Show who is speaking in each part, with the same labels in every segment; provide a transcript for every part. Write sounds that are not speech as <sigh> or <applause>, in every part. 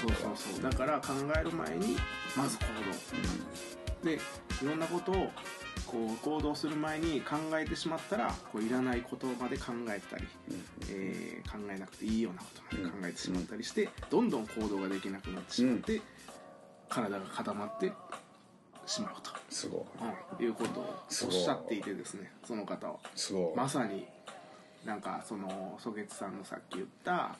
Speaker 1: そうそうそうだから考える前にまず行動でいろんなことをこう行動する前に考えてしまったらこういらないことまで考えたり、えー考えなくていいようなことまで考えてしまったりしてどんどん行動ができなくなってしまって体が固まってしまうと、
Speaker 2: すごい
Speaker 1: うん、いうことをおっしゃっていてですねその方は。
Speaker 2: すごい
Speaker 1: まさになんかそのソゲツさんのさっき言った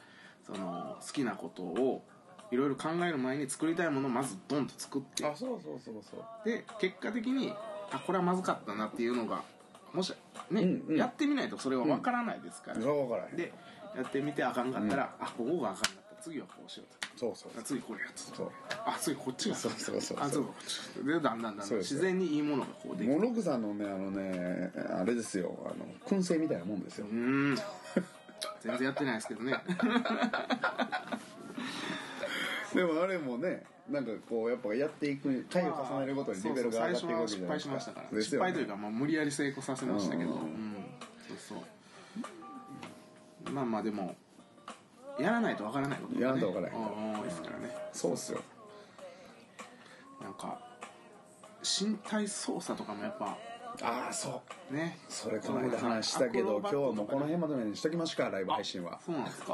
Speaker 1: その好きなことをいろいろ考える前に作りたいものをまずドンと作って
Speaker 2: あそうそうそうそう
Speaker 1: で結果的にあこれはまずかったなっていうのがもしね、
Speaker 2: うんうん
Speaker 1: やってみないとそれは分からないですから、
Speaker 2: それは分からへん
Speaker 1: でやってみてあかんかったら、あここがあかんかった次はこうしよう
Speaker 2: そうそう
Speaker 1: とあ次これやつ
Speaker 2: そう
Speaker 1: あ次こっちが
Speaker 2: そうそうそう
Speaker 1: あそうこっちでだんだんだんだん
Speaker 2: そうです
Speaker 1: 自
Speaker 2: よ
Speaker 1: 然にいいものがこうでき
Speaker 2: モ
Speaker 1: て
Speaker 2: ノクさんのねあのねあれですよあの燻製みたいなもんですよ
Speaker 1: うーん全然やってないですけどね
Speaker 2: でもあれもねなんかこうやっぱやっていく回を重ねるごとにレベルが上がっていくわけじゃない
Speaker 1: そうそう最初は失敗
Speaker 2: ですか
Speaker 1: しましたから、
Speaker 2: です
Speaker 1: 失
Speaker 2: よね
Speaker 1: 敗というか、まあ、無理やり成功させましたけど、
Speaker 2: うんうん
Speaker 1: うんそうそうまあまあでもやらないとわからないこと
Speaker 2: やらんとわからへんから
Speaker 1: うんうん多いですからね
Speaker 2: そうっすよ
Speaker 1: なんか身体操作とかもやっぱ
Speaker 2: ああそう
Speaker 1: ね
Speaker 2: それこの間話したけど今日はもうこの辺まとめにしときますかライブ配信は
Speaker 1: そうなんですか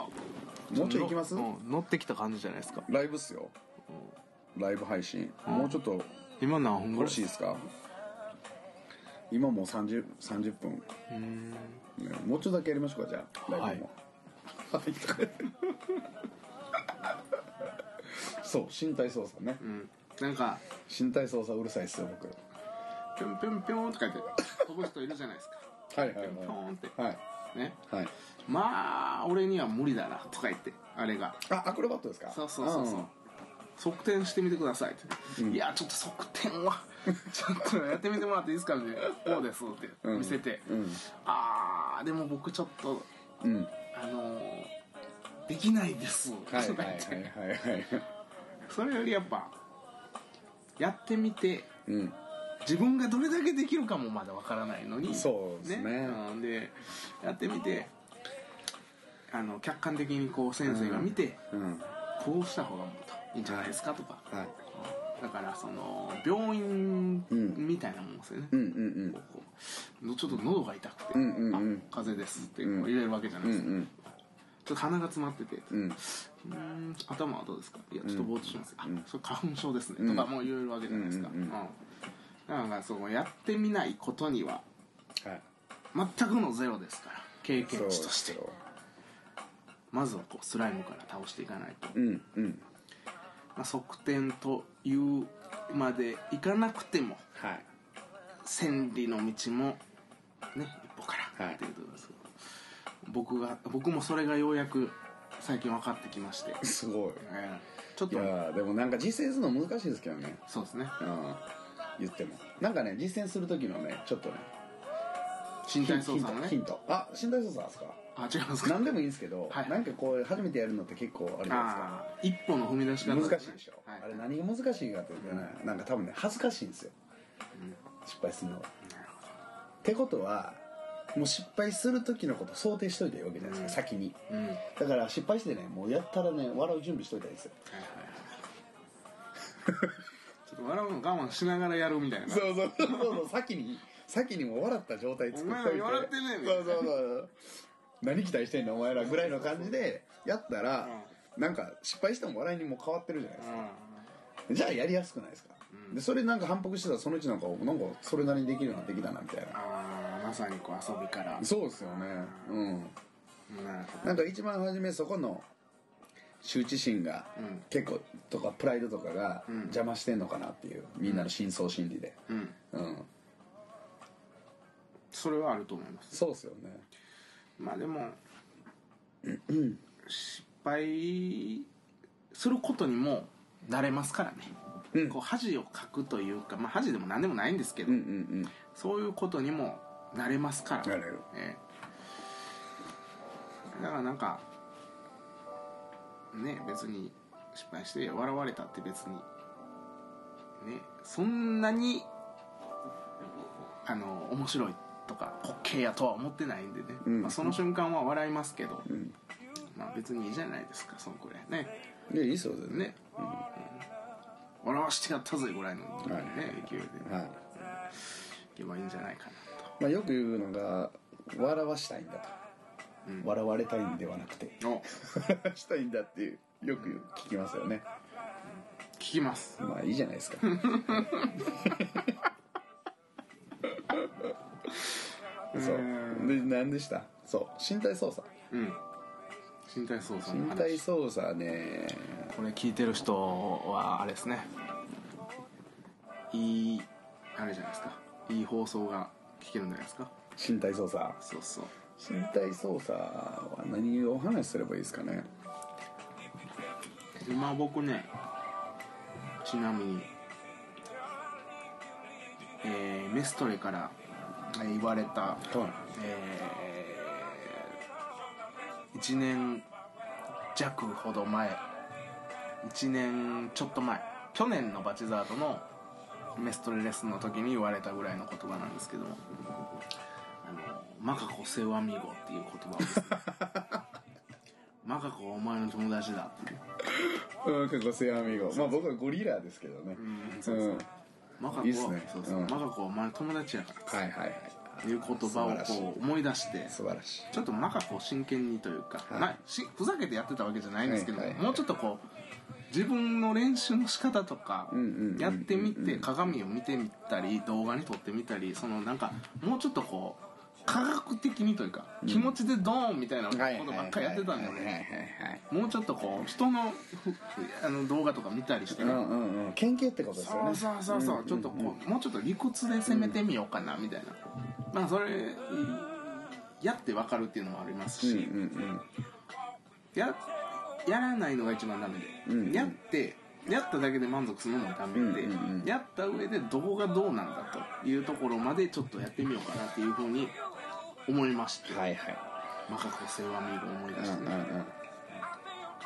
Speaker 2: もうちょい行きます
Speaker 1: うん乗ってきた感じじゃないですか
Speaker 2: ライブっすよライブ配信もうちょっと
Speaker 1: 今何本ぐ
Speaker 2: よろ
Speaker 1: らい
Speaker 2: しいですか今もう 30, 30分ねもうちょっとだけやりましょうかじゃあライブもはいそう身体操作ね
Speaker 1: うんなんか
Speaker 2: 身体操作うるさいっすよ僕
Speaker 1: ぴょんぴょんぴょんとか言って飛ぶ人いるじゃないですか
Speaker 2: はいは
Speaker 1: ぴ
Speaker 2: い
Speaker 1: ょんぴょんって
Speaker 2: はい
Speaker 1: ね
Speaker 2: はい
Speaker 1: まあ俺には無理だなとか言ってあれが
Speaker 2: あアクロバットですか
Speaker 1: そうそうそうそう、側転してみてくださいって、いやちょっと側転は <laughs> ちょっとやってみてもらっていいですかみたいなこうですって見せて、
Speaker 2: ん
Speaker 1: ああでも僕ちょっと
Speaker 2: うんうん
Speaker 1: あのーできないですとか
Speaker 2: はい
Speaker 1: 言
Speaker 2: は
Speaker 1: っ
Speaker 2: い
Speaker 1: て、
Speaker 2: はいはいはい
Speaker 1: <laughs> それよりやっぱやってみて
Speaker 2: うん
Speaker 1: 自分がどれだけできるかもまだわからないのに
Speaker 2: そうですね
Speaker 1: うんでやってみてあの客観的にこう先生が見て、
Speaker 2: うん
Speaker 1: こうした方がもっといいんじゃないですかとか、
Speaker 2: はい
Speaker 1: だからその病院
Speaker 2: うん
Speaker 1: みたいなもんですよね、
Speaker 2: うんうん
Speaker 1: こうこうのちょっと喉が痛くて「
Speaker 2: うんうんうん
Speaker 1: あ風邪です」ってこう入れるわけじゃない
Speaker 2: うんう
Speaker 1: ですか、
Speaker 2: ん
Speaker 1: ちょっと鼻が詰まってて「う
Speaker 2: うん
Speaker 1: ーん頭はどうですか?」「いやちょっとぼーっとします」あそれ花粉症ですね」
Speaker 2: ん
Speaker 1: とかもう言えるわけじゃないですか、
Speaker 2: うんうんうん
Speaker 1: だからそのやってみないことには
Speaker 2: はい
Speaker 1: 全くのゼロですから経験値として
Speaker 2: そう
Speaker 1: まずはこうスライムから倒していかないと
Speaker 2: うんうん
Speaker 1: まあ、側転というまでいかなくても
Speaker 2: はい
Speaker 1: 千里の道もね一歩か
Speaker 2: は
Speaker 1: ら
Speaker 2: い
Speaker 1: っていうところですけど、僕が僕もそれがようやく最近分かってきまして、
Speaker 2: すご <laughs> い
Speaker 1: えーちょっ
Speaker 2: い
Speaker 1: と
Speaker 2: やーでもなんか実践するの難しいですけどね
Speaker 1: そうですね
Speaker 2: うん言ってもなんかね実践する時のねちょっとね
Speaker 1: 身体操
Speaker 2: ヒン
Speaker 1: 作の
Speaker 2: トヒ
Speaker 1: ね
Speaker 2: ントあ身体操作ですか
Speaker 1: あ違いますか
Speaker 2: 何でもいいんですけど、
Speaker 1: はい
Speaker 2: なんかこう初めてやるのって結構あれじゃないですか
Speaker 1: あー一歩の踏み出し方、
Speaker 2: 難しいでしょ、
Speaker 1: はい
Speaker 2: あれ何が難しいかというとね、なんか多分ね恥ずかしいんですよ、失敗するのはってことはもう失敗する時のこと想定しといたらいいわけじゃないですか、先に
Speaker 1: うんはい
Speaker 2: だから失敗してねもうやったらね笑う準備しといたらいいですよ
Speaker 1: はいはいちょっと笑うの我慢しながらやるみたいな
Speaker 2: そうそうそうそう先に先にもう笑った状態作っといて
Speaker 1: お前ら笑ってねえみたい
Speaker 2: そう
Speaker 1: な
Speaker 2: そうそう何期待してんのお前らぐらいの感じでやったら、なんか失敗しても笑いにも変わってるじゃないですか、じゃあやりやすくないですか、でそれなんか反復してたらそのうちなんかなんかそれなりにできるようになってきたなみたいな
Speaker 1: あーまさにこう遊びから
Speaker 2: そうですよねうん
Speaker 1: なるほど
Speaker 2: なんか一番初めそこの羞恥心が
Speaker 1: うん
Speaker 2: 結構とかプライドとかが邪魔してんのかなっていう、みんなの深層心理で
Speaker 1: うん
Speaker 2: うん
Speaker 1: それはあると思います
Speaker 2: そうっすよね
Speaker 1: まあでも、失敗することにも慣れますからね、こう恥をかくというか、まあ、恥でも何でもないんですけど、
Speaker 2: うんうん
Speaker 1: そういうことにも慣れますから
Speaker 2: 慣れる
Speaker 1: ええだからなんかね別に失敗して笑われたって別にねそんなにあの面白いとか滑稽やとは思ってないんでね、まあ、その瞬間は笑いますけど、まあ、別にいいじゃないですかそのくらいね
Speaker 2: いやいいっすよ全然
Speaker 1: ね、うん、笑わしてやったぜぐらいの、ね
Speaker 2: はい
Speaker 1: 勢いでい
Speaker 2: はい
Speaker 1: けばいいんじゃないかなと
Speaker 2: まあ、よく言うのが笑わしたいんだと、
Speaker 1: うん
Speaker 2: 笑われたいんではなくて
Speaker 1: お聞
Speaker 2: 笑わしたいんだっていうよく聞きますよね
Speaker 1: きます
Speaker 2: まあいいじゃない <laughs> ですかそう
Speaker 1: うん
Speaker 2: で何でしたそう身体操作
Speaker 1: うん身体操作の
Speaker 2: 身
Speaker 1: 話
Speaker 2: 体操作ね
Speaker 1: これ聞いてる人はあれですねいいあれじゃないですかいい放送が聞けるんじゃないですか
Speaker 2: 身体操作
Speaker 1: そうそう
Speaker 2: 身体操作は何をお話しすればいいですかね
Speaker 1: 今僕ねちなみに、えーメストレからえー言われた、
Speaker 2: は
Speaker 1: え1年弱ほど前1年ちょっと前去年のバチザートのメストレレッスンの時に言われたぐらいの言葉なんですけどもあのマカコセワミゴっていう言葉をですねマカコはお前の友達だっていう
Speaker 2: いうん結構セアミゴまあ僕はゴリラですけどね
Speaker 1: うん
Speaker 2: うんはい
Speaker 1: マカコ
Speaker 2: いいっすね
Speaker 1: そうそう、
Speaker 2: うん
Speaker 1: マカコはお前の友達やから
Speaker 2: はいはい
Speaker 1: っていう言葉を
Speaker 2: 素晴ら
Speaker 1: こう思い出して
Speaker 2: 素晴らしい
Speaker 1: ちょっとマカコを真剣にというか、
Speaker 2: はい
Speaker 1: まあ、しふざけてやってたわけじゃないんですけど、
Speaker 2: はいはいはい
Speaker 1: もうちょっとこう自分の練習の仕方とか
Speaker 2: うんうんうんうん
Speaker 1: やってみて鏡を見てみたり動画に撮ってみたりそのなんかもうちょっとこう科学的にというか、気持ちでドーンみたいなことばっかりやってたんで、
Speaker 2: はいはいはいはい
Speaker 1: もうちょっとこう人のふあの動画とか見たりして、
Speaker 2: うんうんうん研究ってことですよ
Speaker 1: そ
Speaker 2: ね
Speaker 1: うそうそうそう、ちょっとこうもうちょっと理屈で攻めてみようかなみたいな、まあそれうんやってわかるっていうのもありますし、
Speaker 2: うん
Speaker 1: ややらないのが一番ダメで、
Speaker 2: うんうん
Speaker 1: やってやっただけで満足するのもダメで、
Speaker 2: うんうんうん
Speaker 1: やった上でどこがどうなんだというところまでちょっとやってみようかなっていうふうに思いまして、
Speaker 2: うんはいはい
Speaker 1: マカコセワミーゴを思い出
Speaker 2: う
Speaker 1: して、
Speaker 2: んうんうん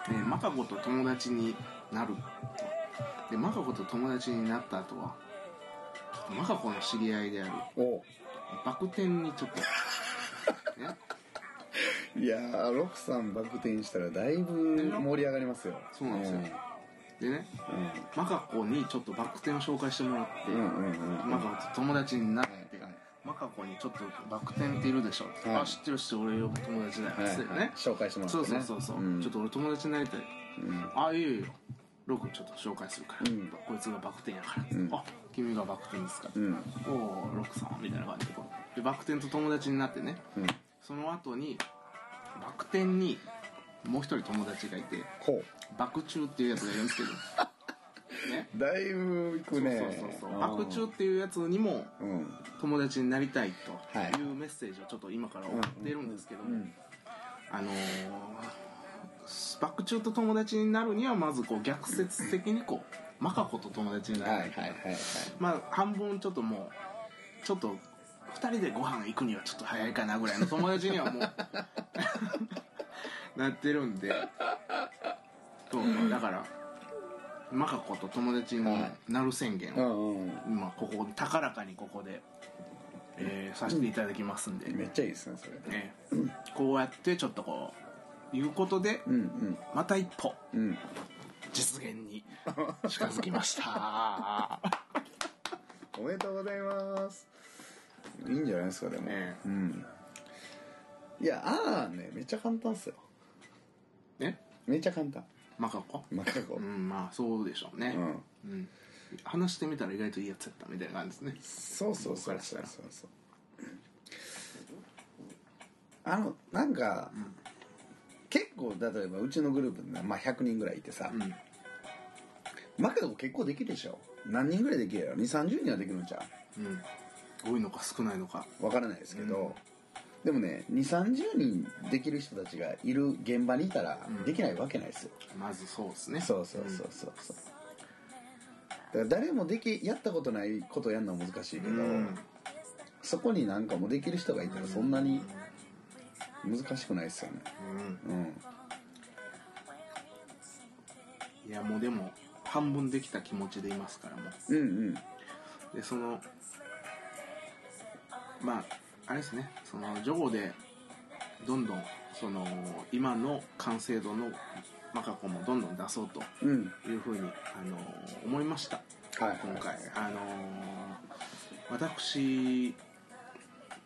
Speaker 1: でマカゴと友達になるとでマカゴと友達になった後はマカゴの知り合いである
Speaker 2: お
Speaker 1: バク転に
Speaker 2: <laughs>
Speaker 1: ちょっと、ね、
Speaker 2: いやーロクさんバク転したらだいぶ盛り上がりますよ
Speaker 1: そうなんですよでね
Speaker 2: うん
Speaker 1: マカゴにちょっとバク転を紹介してもらって、
Speaker 2: うんうんうんうん
Speaker 1: マカゴと友達になって、
Speaker 2: はいはい
Speaker 1: マカゴにちょっとバク転っているでしょ、
Speaker 2: はい
Speaker 1: あ知ってる知ってる俺よ友達だよ、
Speaker 2: はい
Speaker 1: つって
Speaker 2: はい
Speaker 1: ね
Speaker 2: 紹介してもらって
Speaker 1: そ
Speaker 2: ね
Speaker 1: うそうそうそう、
Speaker 2: ん
Speaker 1: ちょっと俺友達になりたい
Speaker 2: うん
Speaker 1: あいいよいいよロクちょっと紹介するから、
Speaker 2: うん
Speaker 1: こいつがバク転やから、
Speaker 2: うん
Speaker 1: あ君がバク転ですか、
Speaker 2: うん
Speaker 1: おおロックさんみたいな感じでこうでバク転と友達になってね
Speaker 2: うん
Speaker 1: その後にバク転にもう一人友達がいて
Speaker 2: こ
Speaker 1: バク中っていうやつがいるんですけどね
Speaker 2: うだいぶいくね
Speaker 1: そうそうそうそうバク中っていうやつにも
Speaker 2: うん
Speaker 1: 友達になりたい
Speaker 2: はい
Speaker 1: というメッセージをちょっと今から送っているんですけども、あのーバク中と友達になるにはまずこう逆説的にこうマカコと友達にな
Speaker 2: はい
Speaker 1: る、
Speaker 2: はいはいはい
Speaker 1: まあ半分ちょっともうちょっと2人でご飯行くにはちょっと早いかなぐらいの友達にはもう <laughs> なってるんでそうだからマカコと友達になる宣言
Speaker 2: う
Speaker 1: を
Speaker 2: んうん
Speaker 1: 今ここ高らかにここで、えーさせていただきますんで、
Speaker 2: めっちゃいいですねそれ
Speaker 1: ね、こうやってちょっとこういうことで
Speaker 2: うんうん
Speaker 1: また一歩
Speaker 2: うん
Speaker 1: 実現に近づきました
Speaker 2: おめでとうございますいいんじゃないですかでも、
Speaker 1: ね
Speaker 2: うんいやあーねめっちゃ簡単っすよ
Speaker 1: ね
Speaker 2: めっちゃ簡単
Speaker 1: マカコ
Speaker 2: マカゴ
Speaker 1: うんまあそうでしょうね
Speaker 2: うん
Speaker 1: うん、話してみたら意外といいやつやったみたいな感じですね
Speaker 2: そうそうそうそうそうそうあのなんか、結構例えばうちのグループで、まあ、100人ぐらいいてさ、
Speaker 1: うん
Speaker 2: マカゴ結構できるでしょ何人ぐらいできるやろ2 3 0人はできるんちゃ
Speaker 1: うん多いのか少ないのか
Speaker 2: うわからないですけど、でもね2 3 0人できる人たちがいる現場にいたら
Speaker 1: ん
Speaker 2: できないわけないですよ、
Speaker 1: まずそうですね
Speaker 2: そうそうそうそうそうだから誰もできやったことないことやるのは難しいけ
Speaker 1: う
Speaker 2: ど、
Speaker 1: ん
Speaker 2: そこになんかもうできる人がいたらそんなに難しくないですよね
Speaker 1: うん
Speaker 2: うん
Speaker 1: いやもうでも半分できた気持ちでいますからもう
Speaker 2: うんうん
Speaker 1: でそのまああれですねそのジョゴでどんどんその今の完成度のマカコもどんどん出そうと
Speaker 2: うん
Speaker 1: いうふうに、あの思いました
Speaker 2: はいはい
Speaker 1: 今回あの私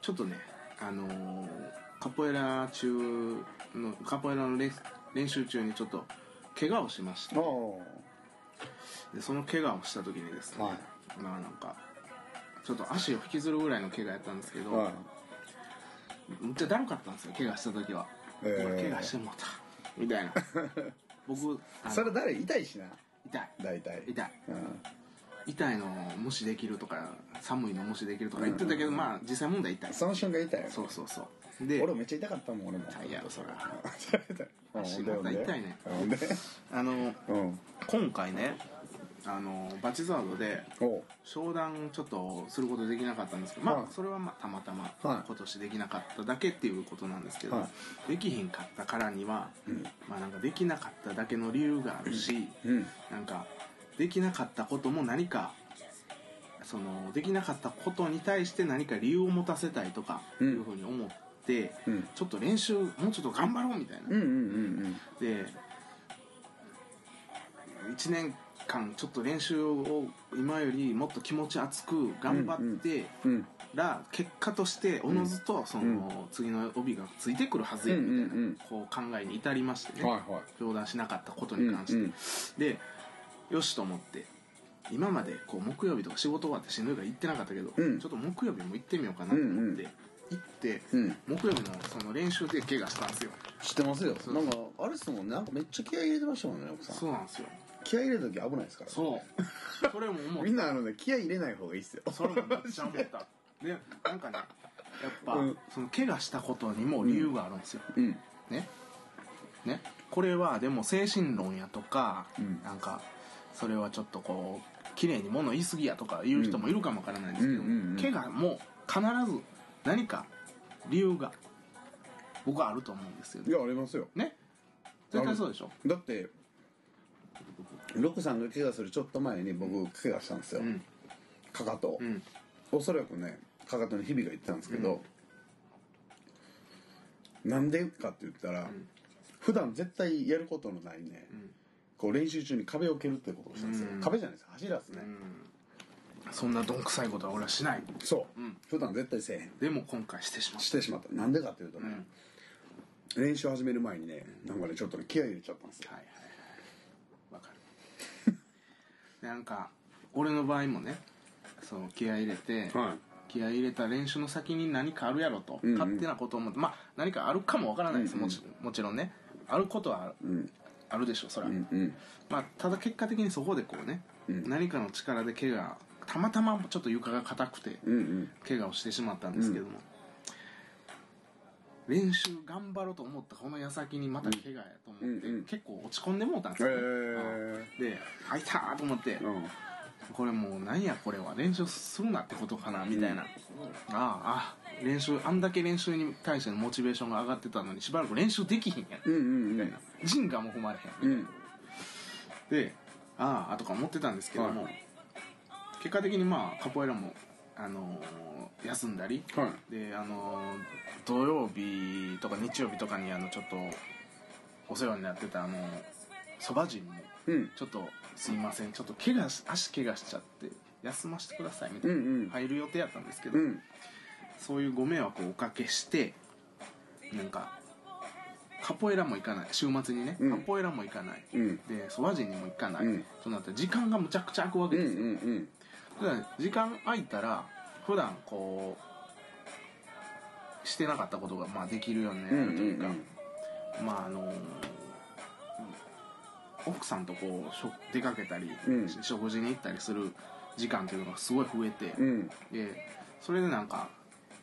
Speaker 1: ちょっとねあのカポエラ中のカポエラのレース練習中にちょっと怪我をしました
Speaker 2: おお
Speaker 1: でその怪我をした時にですね、
Speaker 2: は
Speaker 1: まあなんかちょっと足を引きずるぐらいの怪我やったんですけど、
Speaker 2: いはい
Speaker 1: めっちゃだるかったんですよ怪我した時は、
Speaker 2: へー
Speaker 1: うわ怪我してもうたみ
Speaker 2: <laughs>
Speaker 1: たいな僕あの
Speaker 2: それ誰痛いしな
Speaker 1: 痛い
Speaker 2: 大体
Speaker 1: 痛い
Speaker 2: うん
Speaker 1: 痛いの無視できるとか寒いの無視できるとか言ってたけど、まあ実際問題痛い
Speaker 2: その瞬間痛いよ
Speaker 1: そうそうそうで
Speaker 2: 俺めっちゃ痛かったもん俺も
Speaker 1: 痛いやろそ <laughs> れは
Speaker 2: うん
Speaker 1: 足元痛いね
Speaker 2: ほんで
Speaker 1: あの
Speaker 2: うん
Speaker 1: 今回ねあのバチザードで
Speaker 2: おう
Speaker 1: 商談ちょっとすることできなかったんですけどま
Speaker 2: はい
Speaker 1: あそれはまあたまたま
Speaker 2: はい
Speaker 1: 今年できなかっただけっていうことなんですけど、
Speaker 2: は
Speaker 1: できひんかったからには、まあなんかできなかっただけの理由があるし、
Speaker 2: うん
Speaker 1: なんかできなかったことも何かそのできなかったことに対して何か理由を持たせたいとかい
Speaker 2: うん
Speaker 1: うふうに思って、
Speaker 2: うん
Speaker 1: ちょっと練習もうちょっと頑張ろうみたいな、
Speaker 2: うんうんうん
Speaker 1: で1年間ちょっと練習を今よりもっと気持ち熱く頑張って
Speaker 2: うんうん
Speaker 1: ら結果としておのずとその次の帯がついてくるはずやみたいな
Speaker 2: うんうんうん
Speaker 1: こう考えに至りましてね、
Speaker 2: はいは
Speaker 1: 冗談しなかったこと
Speaker 2: い
Speaker 1: に関して、でよしと思って今までこう木曜日とか仕事終わってしんどいから行ってなかったけど、
Speaker 2: うん
Speaker 1: ちょっと木曜日も行ってみようかなと思って、
Speaker 2: うんうん
Speaker 1: 行って、
Speaker 2: うん
Speaker 1: 木曜日のその練習で怪我したんですよ
Speaker 2: 知ってますよ
Speaker 1: う
Speaker 2: なんかあれっすもんねなんかめっちゃ気合い入れてましたもんね奥さん
Speaker 1: そうなんですよ
Speaker 2: 気合い入れる時危ないですから
Speaker 1: そうそれも思っ
Speaker 2: みんなあのね気合い入れない方がいいっすよ
Speaker 1: たそれもめっちゃ思ったでなんかねやっぱ、
Speaker 2: うん
Speaker 1: その怪我したことにも理由があるんですよ、
Speaker 2: うん
Speaker 1: ねねこれはでも精神論やとか、
Speaker 2: うん
Speaker 1: なんかそれはちょっとこう綺麗に物言い過ぎやとか言う人もいるかもわからないんですけど、
Speaker 2: うんうんうん
Speaker 1: 怪我も必ず何か理由が僕はあると思うんですよ
Speaker 2: い
Speaker 1: ね
Speaker 2: やありますよ
Speaker 1: ね絶対そうでしょ
Speaker 2: だってロクさんが怪我するちょっと前に僕怪我したんですよ、
Speaker 1: うん
Speaker 2: かかと、
Speaker 1: うん
Speaker 2: おそらくねかかとにひびがいってたんですけど、なんでかって言ったら、普段絶対やることのないね、こう練習中に壁を蹴るってことをしたんですよ、
Speaker 1: うん
Speaker 2: 壁じゃないです柱ですね、
Speaker 1: そんなどんくさいことは俺はしない
Speaker 2: そう、
Speaker 1: うん
Speaker 2: 普段絶対せえへん
Speaker 1: でも今回してしまっ
Speaker 2: してしまったなんでかっていうとね、練習始める前にねなんかねちょっとね気合い入れちゃったんですよ
Speaker 1: たはいはいはいわかる <laughs> なんか俺の場合もねその気合い入れて、
Speaker 2: はい
Speaker 1: 気合い入れた練習の先に何かあるやろと、
Speaker 2: んうん
Speaker 1: 勝手なことを思ってまあ何かあるかもわからないです、もちもちろんねあることはある,、でしょうそれは、
Speaker 2: うんうん
Speaker 1: まあ、ただ結果的にそこでこうね、何かの力で怪我たまたまちょっと床が硬くて
Speaker 2: うんうん
Speaker 1: 怪我をしてしまったんですけども、練習頑張ろうと思ったこの矢先にまた怪我やと思って、
Speaker 2: うんうん
Speaker 1: 結構落ち込んでもうたんです
Speaker 2: え
Speaker 1: よ、
Speaker 2: ー
Speaker 1: で「あいた!」と思って、
Speaker 2: うん
Speaker 1: これもうなんやこれは練習するなってことかなみたいな、あああ練習あんだけ練習に対してのモチベーションが上がってたのにしばらく練習できひんやん
Speaker 2: うんうんう
Speaker 1: みたい
Speaker 2: ん
Speaker 1: な陣がも踏まれへ
Speaker 2: うんん
Speaker 1: であああとか思ってたんですけども、
Speaker 2: は
Speaker 1: 結果的にまあカポエラも、あのー休んだり、
Speaker 2: はい
Speaker 1: であのー土曜日とか日曜日とかにあのちょっとお世話になってたあのそば陣も
Speaker 2: うん
Speaker 1: ちょっとすいませんちょっと怪我し足怪我しちゃって休ませてくださいみたいな、
Speaker 2: うんうん
Speaker 1: 入る予定やったんですけど、
Speaker 2: うん
Speaker 1: そういうご迷惑をおかけしてなんかカポエラも行かない週末にね、
Speaker 2: う
Speaker 1: カ
Speaker 2: ん
Speaker 1: ポエラも行かない、
Speaker 2: うん
Speaker 1: でソワジンにも行かない、
Speaker 2: うん
Speaker 1: となったら時間がむちゃくちゃ空くわ
Speaker 2: う
Speaker 1: け
Speaker 2: んう
Speaker 1: ですよ、
Speaker 2: ん
Speaker 1: だから時間空いたら普段こうしてなかったことがまあできるようにな
Speaker 2: うんうん
Speaker 1: るというか、
Speaker 2: うん
Speaker 1: まああのー奥さんとこうしょ出かけたり、
Speaker 2: うん
Speaker 1: 食事に行ったりする時間っていうのがすごい増えて、
Speaker 2: うん
Speaker 1: でそれでなんか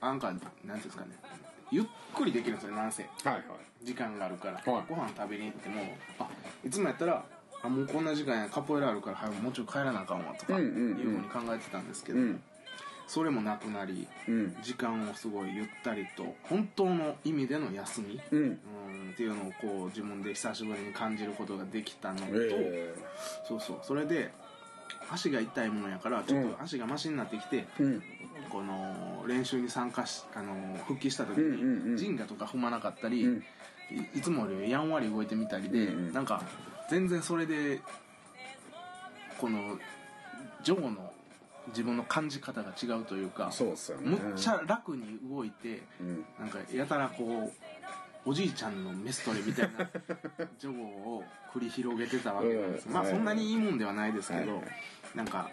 Speaker 1: なんかなんていうんですかねゆっくりできるんですよなんせ
Speaker 2: はいはい
Speaker 1: 時間があるから、
Speaker 2: はい
Speaker 1: ご飯食べに行ってもあいつもやったらあもうこんな時間やカポエラあるから早くもうちょい帰らなあかんわとか
Speaker 2: う
Speaker 1: い
Speaker 2: ん
Speaker 1: う
Speaker 2: うんうん
Speaker 1: ふうに考えてたんですけど、
Speaker 2: うん
Speaker 1: それもなくなり
Speaker 2: うん
Speaker 1: 時間をすごいゆったりと本当の意味での休み、
Speaker 2: うん
Speaker 1: うんっていうのをこう自分で久しぶりに感じることができたのと、
Speaker 2: え
Speaker 1: そうそうそれで足が痛いものやからちょっと足がマシになってきて、
Speaker 2: えうん
Speaker 1: この練習に参加しあの復帰した時
Speaker 2: うんうんうん
Speaker 1: にジンガとか踏まなかったり、
Speaker 2: うん
Speaker 1: いいつもよりやんわり動いてみたりで、
Speaker 2: うんうん
Speaker 1: なんか全然それでこのジョーの自分の感じ方が違うというか
Speaker 2: そうっすよね
Speaker 1: むっちゃ楽に動いて
Speaker 2: うん
Speaker 1: なんかやたらこうおじいちゃんのメストレみたい
Speaker 2: <laughs>
Speaker 1: なジョーを繰り広げてたわけなんです、
Speaker 2: うん
Speaker 1: まあ
Speaker 2: はい
Speaker 1: そんなにいいもんではないですけ
Speaker 2: はい
Speaker 1: ど、
Speaker 2: はい
Speaker 1: なんか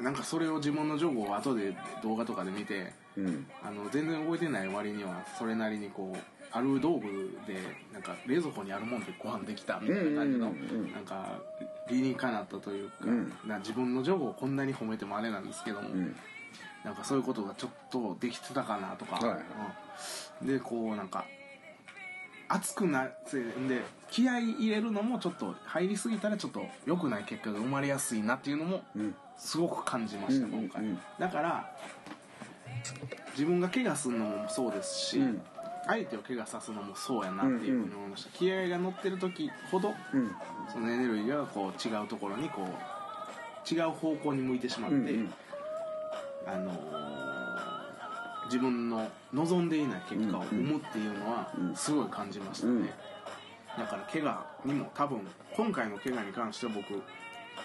Speaker 1: なんかそれを自分のジョーを後で動画とかで見て
Speaker 2: うん
Speaker 1: あの全然動いてない割にはそれなりにこうある道具でなんか冷蔵庫にあるもんでご飯できたみたいな感じの
Speaker 2: うんうんうんうん
Speaker 1: なんか理にかなったというか,、
Speaker 2: うん
Speaker 1: 自分のジョーをこんなに褒めてもあれなんですけども、
Speaker 2: うん
Speaker 1: なんかそういうことがちょっとできてたかなとか、
Speaker 2: はいはい
Speaker 1: うんでこうなんか熱くなってんで気合い入れるのもちょっと入りすぎたらちょっと良くない結果が生まれやすいなっていうのも
Speaker 2: うん
Speaker 1: すごく感じました、
Speaker 2: うんうん
Speaker 1: 今回、
Speaker 2: うん
Speaker 1: だから自分が怪我するのもそうですし、
Speaker 2: うん
Speaker 1: 相手を怪我さすのもそうやなっていうふうに思いました、気合が乗ってる時ほど
Speaker 2: うん
Speaker 1: そのエネルギーがこう違うところにこう違う方向に向いてしまって、
Speaker 2: うんうん
Speaker 1: あのー自分の望んでいない結果を生むっていうのは
Speaker 2: うん
Speaker 1: すごい感じましたね、
Speaker 2: うん
Speaker 1: だから怪我にも多分今回の怪我に関しては僕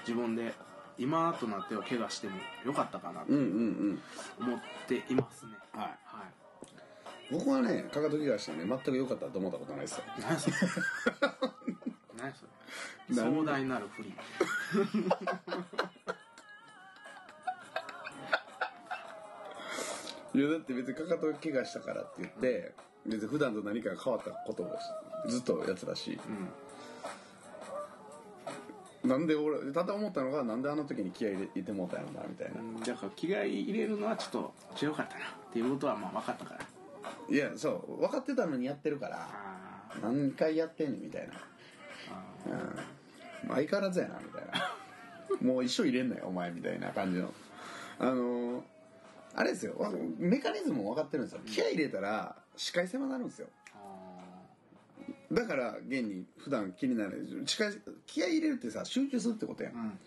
Speaker 1: 自分で今となっては怪我してもよかったかなと
Speaker 2: うんうん
Speaker 1: 思っていますね、
Speaker 2: は
Speaker 1: はい
Speaker 2: 僕はねかかと怪我したね全く良かったと思ったことないですよ
Speaker 1: い何それ何それ
Speaker 2: 何
Speaker 1: 壮大なる不利
Speaker 2: いやだって別にかかと怪我したからって言って、別に普段と何かが変わったことをずっとやってたし、なんで俺ただ思ったのがなんであの時に気合い入れてもうたんやろなみたいな、
Speaker 1: うんだから気合い入れるのはちょっと強かったなっていうことはまあ分かったから
Speaker 2: いやそう分かってたのにやってるから
Speaker 1: あー
Speaker 2: 何回やってんねんみたいな、
Speaker 1: あ
Speaker 2: うん、まあ相変わらずやなみたいなもう一生入れんなよお前みたいな感じのあのーあれですよわメカニズムも分かってるんですよ気合い入れたら視界狭なるんですよ
Speaker 1: ーあー
Speaker 2: だから現に普段気にならない近い気合い入れるってさ集中するってことやん、
Speaker 1: うん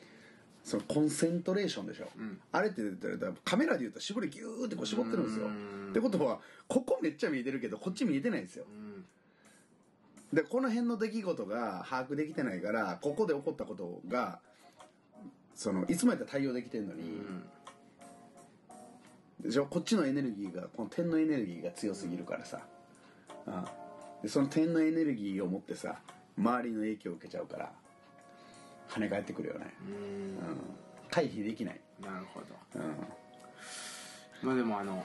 Speaker 2: そのコンセントレーションでしょ、
Speaker 1: ん
Speaker 2: あれって言ったらだからカメラで言ったら絞りギューってこう絞ってるんですよ
Speaker 1: うん
Speaker 2: ってことはここめっちゃ見えてるけどこっち見えてないんですよ
Speaker 1: うん
Speaker 2: でこの辺の出来事が把握できてないからここで起こったことがそのいつもやったら対応できてるのに、
Speaker 1: うん
Speaker 2: でしょこっちのエネルギーがこの点のエネルギーが強すぎるからさ、うん、でその点のエネルギーを持ってさ周りの影響を受けちゃうから跳ね返ってくるよね、
Speaker 1: うん
Speaker 2: うん、回避できない、
Speaker 1: なるほど
Speaker 2: うん、
Speaker 1: まあでもあの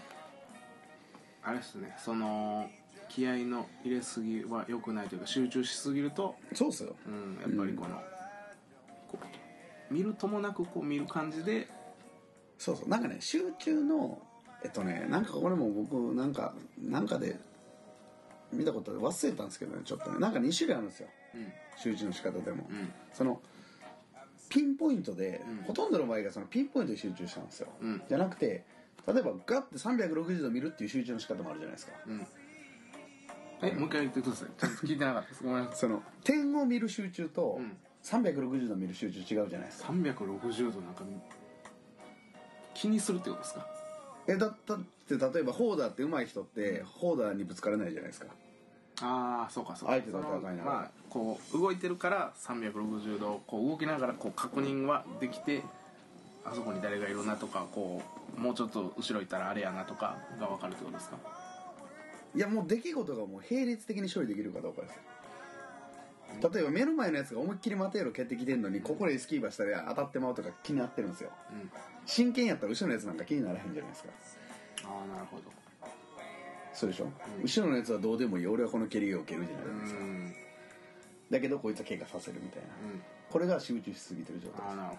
Speaker 1: あれですねその気合の入れすぎは良くないというか集中しすぎると、
Speaker 2: そうっすよ
Speaker 1: うん、やっぱりこの、こう見るともなくこう見る感じで
Speaker 2: そうそうなんかね集中のえっとねなんかこれも僕なんかなんかで見たことで忘れたんですけどねちょっとねなんか2種類あるんですよ
Speaker 1: うん
Speaker 2: 集中の仕方でも、
Speaker 1: うん
Speaker 2: そのピンポイントで、
Speaker 1: うん
Speaker 2: ほとんどの場合がそのピンポイントで集中したんですよ、
Speaker 1: うん
Speaker 2: じゃなくて例えばガッて360度見るっていう集中の仕方もあるじゃないですか
Speaker 1: うんえもう一回言ってくださいちょっと聞いてなかったですごめんなさい
Speaker 2: その点を見る集中と、
Speaker 1: うん
Speaker 2: 360度見る集中違うじゃないですか
Speaker 1: 360度なんか気にするってことですか
Speaker 2: えだだって例えばホーダーって上手い人ってホーダーにぶつからないじゃないですか
Speaker 1: ああそうかそうか
Speaker 2: 相手と戦い
Speaker 1: その
Speaker 2: ながら
Speaker 1: まあこう動いてるから360度こう動きながらこう確認はできて、あそこに誰がいるなとかこうもうちょっと後ろいたらあれやなとかが分かるってことですか
Speaker 2: いやもう出来事がもう並列的に処理できるかどうかです例えば目の前のやつが思いっきり待てよ蹴ってきてんのにここでエスキーバーしたら当たってまうとか気になってるんですよ
Speaker 1: うん
Speaker 2: 真剣やったら後ろのやつなんか気にならへんじゃないですか
Speaker 1: ああなるほど
Speaker 2: そうでしょ、後ろのやつはどうでもいい俺はこの蹴りを受けるじゃないうですか、
Speaker 1: ん
Speaker 2: だけどこいつは怪我させるみたいな
Speaker 1: うん
Speaker 2: これが集中しすぎてる状態
Speaker 1: ああなるほ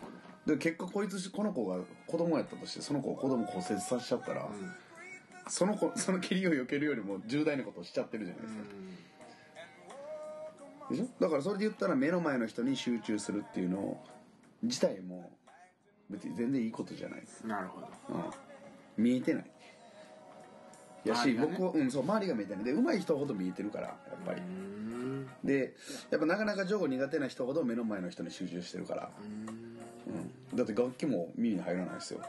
Speaker 2: で結果こいつこの子が子供やったとしてその子を子供骨折させちゃったら、
Speaker 1: どうん
Speaker 2: その子 <laughs> その蹴りを避けるよりも重大なことをしちゃってるじゃないで
Speaker 1: う
Speaker 2: すか、
Speaker 1: ん
Speaker 2: でしょだからそれで言ったら目の前の人に集中するっていうのを自体も別に全然いいことじゃないです、
Speaker 1: なるほど
Speaker 2: うん、見えてないや
Speaker 1: 周り
Speaker 2: し、
Speaker 1: がね
Speaker 2: 僕は、うん、そう周りが見えてないで上手い人ほど見えてるからやっぱり
Speaker 1: う、ん
Speaker 2: でやっぱなかなか情報苦手な人ほど目の前の人に集中してるから、
Speaker 1: うん
Speaker 2: うん、だって楽器も耳に入らないですよ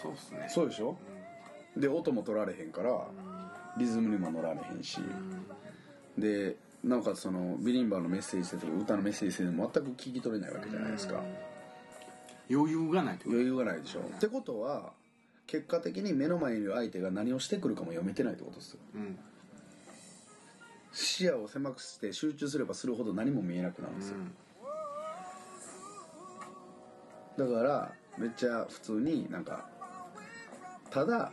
Speaker 1: そうっすね
Speaker 2: そうでしょで音も取られへんからリズムにも乗られへんしでなおかつそのビリンバーのメッセージ性とか歌のメッセージ性でも全く聞き取れないわけじゃないですか
Speaker 1: 余裕がないってこと
Speaker 2: 余裕がないでしょってことは結果的に目の前にいる相手が何をしてくるかも読めてないってことですよ
Speaker 1: うん
Speaker 2: 視野を狭くして集中すればするほど何も見えなくなるんですよだからめっちゃ普通になんかただ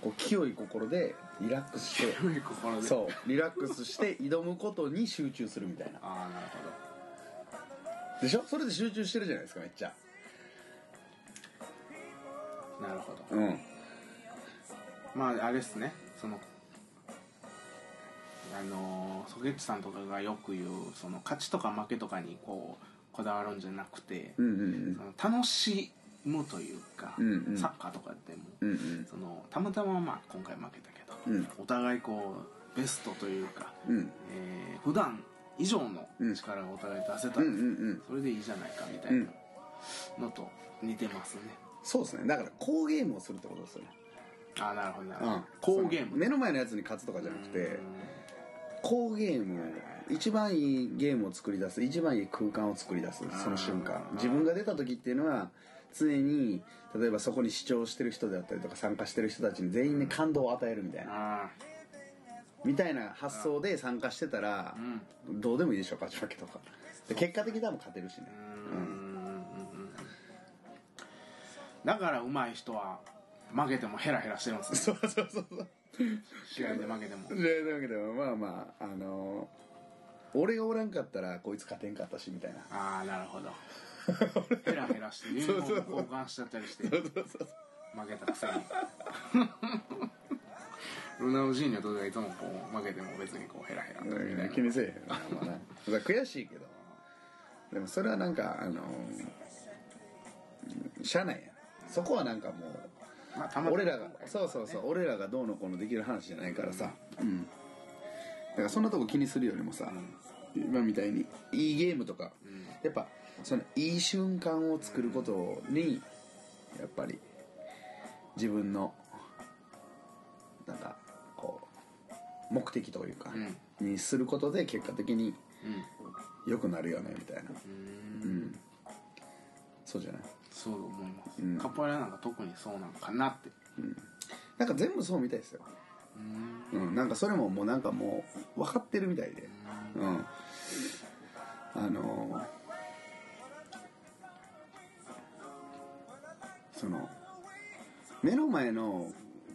Speaker 2: こう清い心でリラックスして
Speaker 1: <laughs> うん広い心で
Speaker 2: そうリラックスして挑むことに集中するみたいな
Speaker 1: ああなるほど
Speaker 2: でしょそれで集中してるじゃないですかめっちゃ
Speaker 1: なるほど
Speaker 2: うん
Speaker 1: まああれですねそのあのーソゲッチさんとかがよく言うその勝ちとか負けとかにこうこだわるんじゃなくて、
Speaker 2: うんうん
Speaker 1: その楽しむというか、
Speaker 2: うんうん
Speaker 1: サッカーとかでも、
Speaker 2: うんうん
Speaker 1: そのたまたままあ今回負けたけど、
Speaker 2: うん
Speaker 1: お互いこうベストというか、
Speaker 2: うん
Speaker 1: えー普段以上の力をお互い出せた
Speaker 2: うんう
Speaker 1: ら、
Speaker 2: んうん
Speaker 1: それでいいじゃないかみたいなのと似てますね、
Speaker 2: そうですねだから好ゲームをするってことですよね
Speaker 1: ああなるほどなる
Speaker 2: うん
Speaker 1: ほど好ゲー
Speaker 2: その
Speaker 1: ム
Speaker 2: 目の前のやつに勝つとかじゃなくて好ゲームを一番いいゲームを作り出す一番いい空間を作り出すその瞬間自分が出た時っていうのは常に例えばそこに視聴してる人であったりとか参加してる人たちに全員に感動を与えるみたいな
Speaker 1: あ
Speaker 2: みたいな発想で参加してたら
Speaker 1: あうん
Speaker 2: どうでもいいでしょ勝ち負けとかで結果的に多分勝てるしね
Speaker 1: だから上手い人は負けてもヘラヘラしてるんですね
Speaker 2: そうそうそうそう
Speaker 1: 試合で負けても
Speaker 2: でだけどまあまああの俺がおらんかったらこいつ勝てんかったしみたいな
Speaker 1: ああなるほどヘラヘラしてユニフォーム交換しちゃったりして負けたくせにロナウジーニョとかいつもこう負けても別にこうヘラヘラみたいな
Speaker 2: 気にせえへんなまあなだから悔しいけどでもそれはなんかあの社内やそこはなんかも
Speaker 1: まあた
Speaker 2: う
Speaker 1: ま
Speaker 2: 俺らがそうそうそう俺らがどうのこうのできる話じゃないからさうんだからそんなとこ気にするよりもさ今みたいにいいゲームとかやっぱそのいい瞬間を作ることにやっぱり自分のなんかこう目的というか
Speaker 1: ん
Speaker 2: にすることで結果的に
Speaker 1: うん
Speaker 2: 良くなるよねみたいなうんそうじゃない
Speaker 1: そう思います、
Speaker 2: うん
Speaker 1: カポエラなんか特にそうなのかなって
Speaker 2: なんか全部そうみたいですよ
Speaker 1: うん
Speaker 2: うんなんかそれももうなんかもう分かってるみたいでうんあのーその目の前の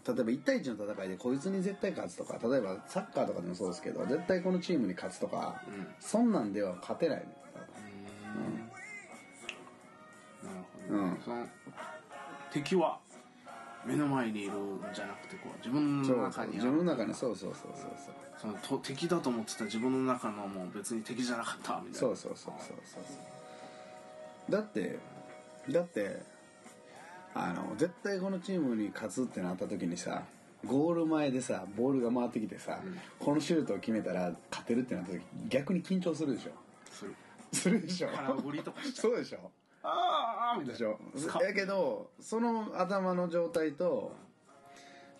Speaker 2: 例えば1対1の戦いでこいつに絶対勝つとか例えばサッカーとかでもそうですけど絶対このチームに勝つとか、
Speaker 1: ん
Speaker 2: そんなんでは勝てないの
Speaker 1: なるほど、
Speaker 2: うん
Speaker 1: その敵は目の前にいるんじゃなくてこう自分
Speaker 2: そ
Speaker 1: の
Speaker 2: うそ
Speaker 1: 中
Speaker 2: う
Speaker 1: にあ
Speaker 2: 自分の中にそうそうそうそうそう
Speaker 1: そのと敵だと思ってた自分の中のもう別に敵じゃなかったみたいな
Speaker 2: そうそうそうそうそうそうだってだってあの絶対このチームに勝つってなった時にさゴール前でさボールが回ってきてさ、このシュートを決めたら勝てるってなった時逆に緊張するでしょ
Speaker 1: する
Speaker 2: するでしょ
Speaker 1: 空振りとかしちゃう
Speaker 2: そうでしょ
Speaker 1: あーあーみた
Speaker 2: で
Speaker 1: い
Speaker 2: し
Speaker 1: な
Speaker 2: ょやけどその頭の状態と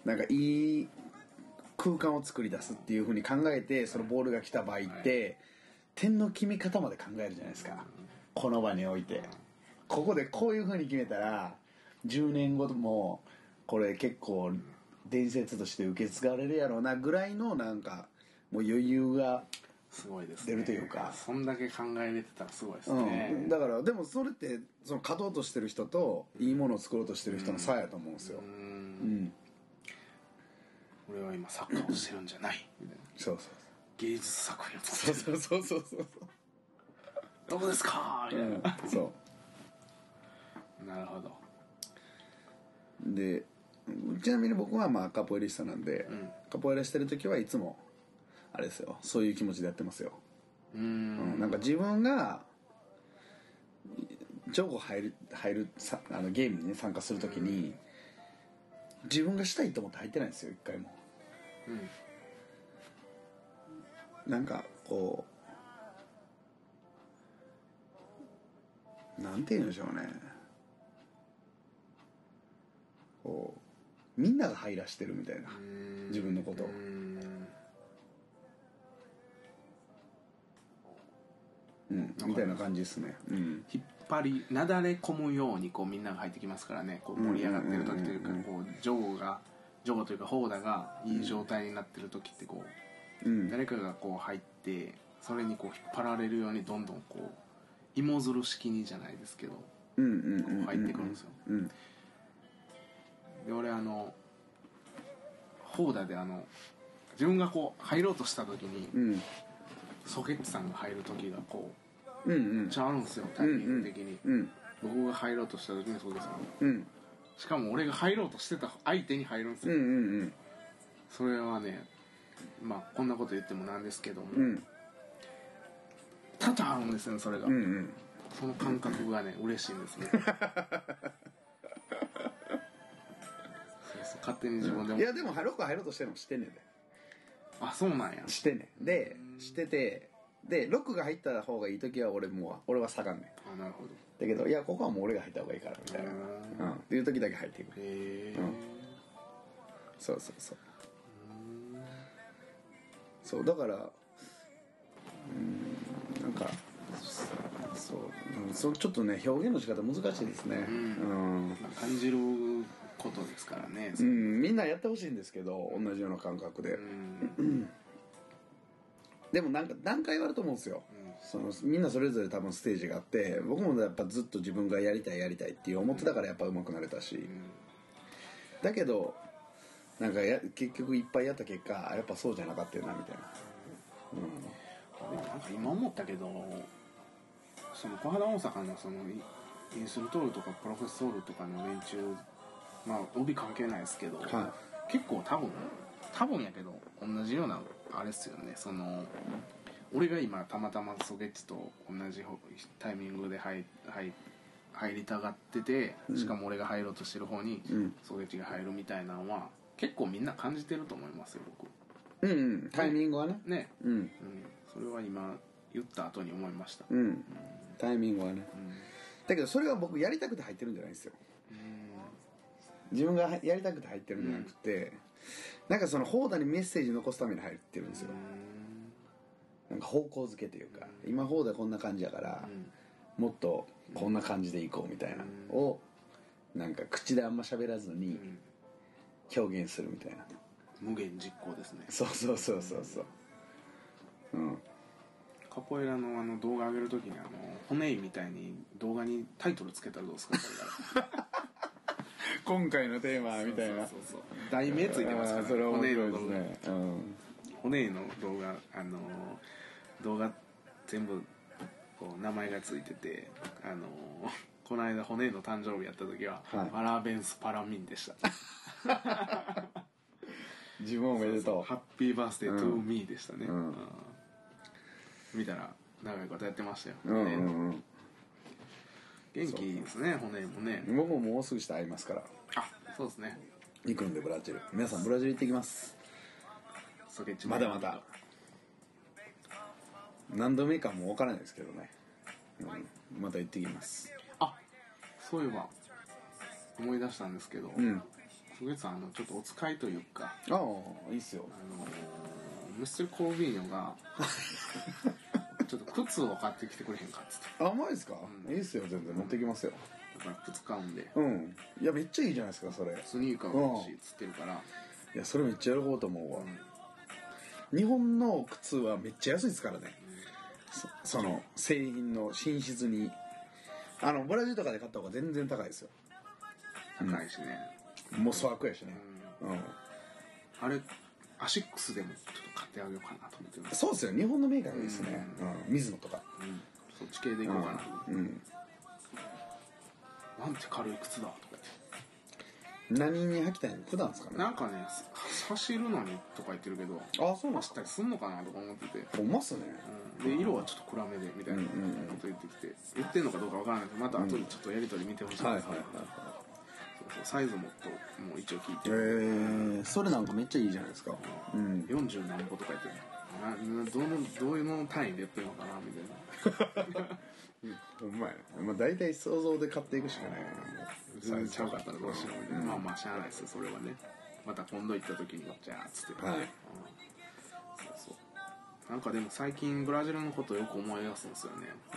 Speaker 2: なんかいい空間を作り出すっていうふうに考えてそのボールが来た場合って、点の決め方まで考えるじゃないですかこの場においてここでこういうふうに決めたら10年後もこれ結構伝説として受け継がれるやろうなぐらいのなんかもう余裕が
Speaker 1: すごいです、
Speaker 2: 出るというか
Speaker 1: そんだけ考えれてたらすごいですね、
Speaker 2: うん、だからでもそれってその勝とうとしてる人といいものを作ろうとしてる人の差やと思うんですよ、
Speaker 1: う
Speaker 2: うんん、
Speaker 1: 俺は今サッカーをしてるんじゃないみたいな
Speaker 2: そう
Speaker 1: 芸術作品を作って
Speaker 2: そうそうそうそうそうそう
Speaker 1: どうですかみ
Speaker 2: う
Speaker 1: たいな、
Speaker 2: んそ
Speaker 1: なるほど
Speaker 2: うでちなみに僕はまあカポエリスタなんで、
Speaker 1: ん
Speaker 2: カポエラしてる時はいつもあれですよそういう気持ちでやってますよ、
Speaker 1: うーん
Speaker 2: うんなんか自分が情報入る入るさあのゲームに、ね、参加する時に、自分がしたいと思って入ってないんですよ一回も
Speaker 1: うん
Speaker 2: なんかこうなんて言うんでしょうねこうみんなが入らしてるみたいな
Speaker 1: うん
Speaker 2: 自分のことを
Speaker 1: うん
Speaker 2: うん、みたいな感じですね、うん、
Speaker 1: 引っ張りなだれ込むようにこうみんなが入ってきますからねこう盛り上がってる時というか
Speaker 2: うんうん
Speaker 1: こうジョーがジョーというかホーダがいい状態になってる時ってこう
Speaker 2: うん、
Speaker 1: 誰かがこう入ってそれにこう引っ張られるようにどんどんこう芋づる式にじゃないですけど
Speaker 2: うんうんうん
Speaker 1: 入ってくるんですよ
Speaker 2: うん
Speaker 1: で俺あのホーダであの自分がこう入ろうとした時に
Speaker 2: うん
Speaker 1: ソケッチさんが入る時がこう
Speaker 2: うんうん
Speaker 1: ちゃうんですよタイミング的に
Speaker 2: うん
Speaker 1: 僕が入ろうとした時にそうですよ
Speaker 2: うん
Speaker 1: しかも俺が入ろうとしてた相手に入るんです
Speaker 2: うん
Speaker 1: よ、
Speaker 2: うん
Speaker 1: それはねまあこんなこと言ってもなんですけども、
Speaker 2: うんうん
Speaker 1: 多々あるんですよねそれが、
Speaker 2: うんうん
Speaker 1: その感覚がね嬉しいん
Speaker 2: <laughs>
Speaker 1: ですねそうそう勝手に自分でも、
Speaker 2: いやでも入ろうか入ろうとしてもしてんねんで
Speaker 1: あそうなんや
Speaker 2: してんねんでしててでロックが入った方がいい時は俺もう俺は下がんねん
Speaker 1: あなるほど
Speaker 2: だけどいやここはもう俺が入った方がいいからみたいな
Speaker 1: う
Speaker 2: うんんっていう時だけ入っていく
Speaker 1: へえ、
Speaker 2: うんそうそうそうそうだからうんなんかそううんそうちょっとね表現の仕方難しいですねうん
Speaker 1: まあ感じることですからね、
Speaker 2: う
Speaker 1: うん
Speaker 2: んみんなやってほしいんですけど同じような感覚ででもなんか段階はあると思うんですよそのみんなそれぞれ多分ステージがあって僕もやっぱずっと自分がやりたいやりたいっていう思ってたからやっぱ上手くなれたしだけどなんかや結局いっぱいやった結果あやっぱそうじゃなかったよなみたいな
Speaker 1: でもなんか今思ったけどその小肌大阪のそのイインストルトールとかプロフェッソールとかの連中まあ帯関係ないですけど、
Speaker 2: は
Speaker 1: 結構多分多分やけど同じようなあれっすよねその俺が今たまたまソゲッチと同じほタイミングで入入入りたがっててしかも俺が入ろうとしてる方に
Speaker 2: うん
Speaker 1: ソゲッチが入るみたいなのは結構みんな感じてると思いますよ僕
Speaker 2: うんうんタイミングはね
Speaker 1: ね
Speaker 2: うん
Speaker 1: うん、それは今言った後に思いました、う
Speaker 2: うんタイミングはね
Speaker 1: ん
Speaker 2: だけどそれは僕やりたくて入ってるんじゃないんですよ自分がやりたくて入ってるんじゃなくて、なんかその放題にメッセージ残すために入ってるんですよ、なんか方向づけというか、今放題こんな感じやから、もっとこんな感じでいこうみたいな
Speaker 1: うん
Speaker 2: をなんか口であんま喋らずに
Speaker 1: うん
Speaker 2: 表現するみたいな
Speaker 1: 無限実行ですね
Speaker 2: そうそうそうそうそううん
Speaker 1: カポエラのあの動画上げるときにあの骨みたいに動画にタイトルつけたらどうですかこ
Speaker 2: 今回のテーマ
Speaker 1: れ
Speaker 2: み <laughs> たいな
Speaker 1: そうそうそう題名ついてますから
Speaker 2: それは面白
Speaker 1: の
Speaker 2: いで
Speaker 1: 動
Speaker 2: す
Speaker 1: 画
Speaker 2: ねうん
Speaker 1: 骨の動画あの動画全部こう名前がついててあのこの間骨の誕生日やった時は、
Speaker 2: はい
Speaker 1: パラベンスパラミンでした
Speaker 2: 自分おめでと
Speaker 1: ハッピーバースデートゥーミーでしたね、
Speaker 2: う
Speaker 1: う
Speaker 2: ん
Speaker 1: ん見たら長いことやってましたよ、
Speaker 2: ううん
Speaker 1: ね
Speaker 2: うん
Speaker 1: 元気いいですね骨もね、
Speaker 2: うん僕ももうすぐして会いますから
Speaker 1: あそうですね
Speaker 2: 行くんでブラジル皆さんブラジル行ってきます
Speaker 1: ソケッチ
Speaker 2: まだまだ何度目かもわからないですけどね、うん、また行ってきます
Speaker 1: あそういえば思い出したんですけど、
Speaker 2: うん
Speaker 1: ソケッチさんあのちょっとお使いというか
Speaker 2: ああいいっすよ
Speaker 1: あのミステル・コービーニョ
Speaker 2: <laughs>
Speaker 1: がちょっと靴を買ってきてくれへんかっつって
Speaker 2: 甘いですか、いいっすよ全然持ってきますよ
Speaker 1: だから靴買うんで
Speaker 2: うんいやめっちゃいいじゃないですかそれ
Speaker 1: スニーカーが欲しいっつってるから、
Speaker 2: いやそれめっちゃ喜ぼうと思うわ、日本の靴はめっちゃ安いですからね、そその製品の品質にあのブラジルとかで買った方が全然高いですよ
Speaker 1: 高いしね、
Speaker 2: もう粗悪やしね
Speaker 1: うん
Speaker 2: うん、
Speaker 1: あれアシックスでもちょっと買ってあげようかなと思ってます、
Speaker 2: そうですよ日本のメーカーがいいですね、うん、水野とか
Speaker 1: うん、そっち系でいこうかな、
Speaker 2: うん
Speaker 1: なんて軽い靴だとか言っ
Speaker 2: 何に履きたいの普段ですか
Speaker 1: て
Speaker 2: ね
Speaker 1: なんかねさ走るのにとか言ってるけど
Speaker 2: あそうなん
Speaker 1: 走
Speaker 2: です
Speaker 1: った
Speaker 2: か
Speaker 1: りすんのかなとか思ってて、
Speaker 2: ほんまっすね
Speaker 1: うん、で色はちょっと暗めでみたいなこと言ってきて、言ってんのかどうかわからないけどまた後でちょっとやり取り見てほしいんですけど、
Speaker 2: はいはいはい
Speaker 1: そうそうサイズもともう一応聞いて、
Speaker 2: えー、それなんかめっちゃいいじゃないですかうん
Speaker 1: 40何個とか言ってるななどのどういうの単位でやってるのかなみたいな
Speaker 2: ほんまやねまあ大体想像で買っていくしかないからね
Speaker 1: それちゃうかったらどうしようみたいな、まあまあしゃあないですよそれはねまた今度行った時にじゃあっつって、
Speaker 2: はい
Speaker 1: うんそうそうなんかでも最近ブラジルのことよく思い出すんです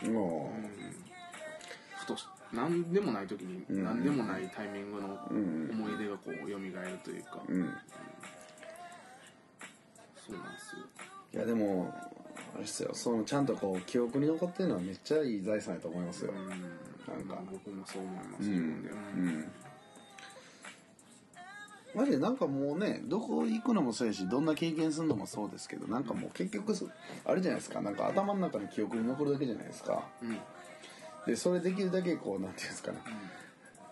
Speaker 1: よね
Speaker 2: も
Speaker 1: ふとし何でもない時に
Speaker 2: ん
Speaker 1: 何でもないタイミングの
Speaker 2: ん
Speaker 1: 思い出がこう蘇るというか、
Speaker 2: う、うん、
Speaker 1: そうなんですよ
Speaker 2: いやでもあれっすよそのちゃんとこう記憶に残ってるのはめっちゃいい財産やと思いますよ、
Speaker 1: う
Speaker 2: なんん
Speaker 1: ま
Speaker 2: か
Speaker 1: あ僕もそう思います自
Speaker 2: う
Speaker 1: 分
Speaker 2: ん
Speaker 1: で、
Speaker 2: うんマジでなんかもうねどこ行くのもそうやしどんな経験するのもそうですけどなんかもう結局そあれじゃないですかなんか頭の中の記憶に残るだけじゃないですか
Speaker 1: うんうん
Speaker 2: でそれできるだけこうなんていうんですかね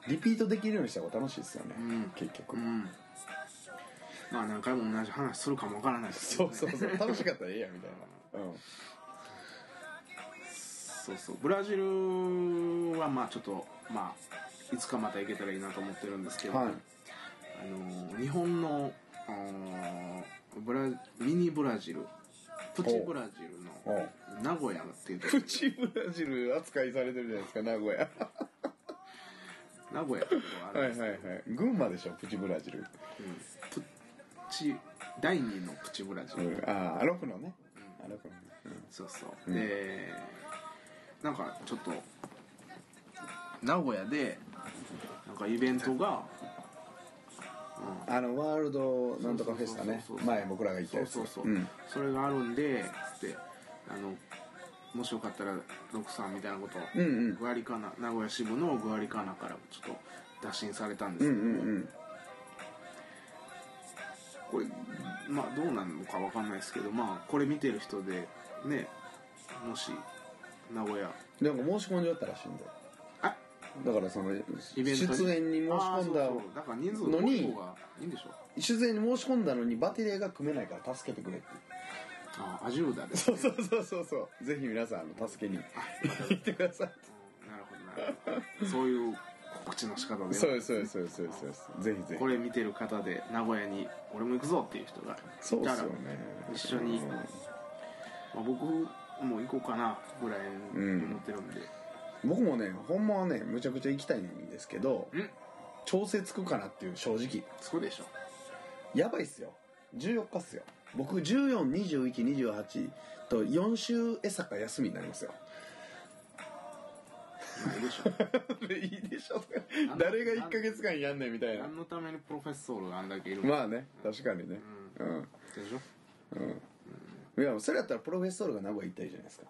Speaker 2: リピートできるようにした方が楽しいですよね、
Speaker 1: うん
Speaker 2: 結局、
Speaker 1: うんまあ何回も同じ話するかもわからないです
Speaker 2: そうそうそう楽しかったらええやみたいなうん
Speaker 1: そうそうブラジルはまあちょっとまあいつかまた行けたらいいなと思ってるんですけど、
Speaker 2: はい
Speaker 1: あの日本のあのブラミニブラジルプチブラジルの
Speaker 2: おう
Speaker 1: 名古屋っていうとこ
Speaker 2: プ <laughs> チブラジル扱いされてるじゃないですか名古屋
Speaker 1: 名古屋っていうとこがあ
Speaker 2: は
Speaker 1: る
Speaker 2: い
Speaker 1: ん
Speaker 2: は
Speaker 1: で
Speaker 2: い
Speaker 1: すけ
Speaker 2: は
Speaker 1: ど
Speaker 2: い群馬でしょプチブラジル、
Speaker 1: うんプチ第二のプチブラジル、
Speaker 2: うん、ああロクのね、あロクのね、
Speaker 1: そうそう、でなんかちょっと名古屋でなんかイベントが
Speaker 2: あのワールドなんとかフェスタね
Speaker 1: そうそうそうそう
Speaker 2: 前僕らが行った
Speaker 1: そう
Speaker 2: やつ
Speaker 1: そうそう、
Speaker 2: ん
Speaker 1: それがあるんでつってあのもしよかったらロクさんみたいなこと、
Speaker 2: うんうん
Speaker 1: グアリカナ名古屋支部のグアリカナからちょっと打診されたんで
Speaker 2: う
Speaker 1: す
Speaker 2: ん
Speaker 1: けど、
Speaker 2: うん
Speaker 1: これまあどうなのかわかんないですけどまあこれ見てる人でねもし名古屋
Speaker 2: うんなんか申し込んじゃったらしいんだよ
Speaker 1: あ
Speaker 2: だからその
Speaker 1: イ
Speaker 2: 出
Speaker 1: ベントに
Speaker 2: 演に申
Speaker 1: あー
Speaker 2: し込ん
Speaker 1: そう
Speaker 2: だ
Speaker 1: そうだから人数
Speaker 2: の
Speaker 1: の
Speaker 2: に
Speaker 1: 方がいいんでしょう
Speaker 2: 出演に申し込んだのにバテリアが組めないから助けてくれって
Speaker 1: あアジューダで
Speaker 2: そうそうそうそうそうぜひ皆さんあの助
Speaker 1: <laughs>
Speaker 2: けに行ってください
Speaker 1: なるほどなるほどそういう告知の仕方で
Speaker 2: そうですそうですそうですそうですぜひぜ
Speaker 1: こ
Speaker 2: ひ
Speaker 1: れ見てる方で名古屋に俺も行くぞっていう人が
Speaker 2: そう
Speaker 1: い
Speaker 2: で
Speaker 1: た
Speaker 2: す
Speaker 1: ら、
Speaker 2: よね
Speaker 1: 一緒に
Speaker 2: うん
Speaker 1: まあ、僕も行こうかなぐらいに思ってるんで、
Speaker 2: 僕もねほんまはねむちゃくちゃ行きたいんですけど
Speaker 1: うん
Speaker 2: 調整つくかなっていう正直
Speaker 1: そうでしょ
Speaker 2: やばいっすよ14日っすよ僕142128と4週江坂休みにな
Speaker 1: <laughs>
Speaker 2: りますよ
Speaker 1: ないでし
Speaker 2: <laughs>
Speaker 1: ょ
Speaker 2: いいでしょ <laughs> 誰が1ヶ月間やんねんみたいな
Speaker 1: 何のためにプロフェッソールがあんだけいるの、
Speaker 2: まあね確かにねうん、
Speaker 1: でしょ
Speaker 2: いやそれやったらプロフェッソールが名古屋行ったらいいじゃないですか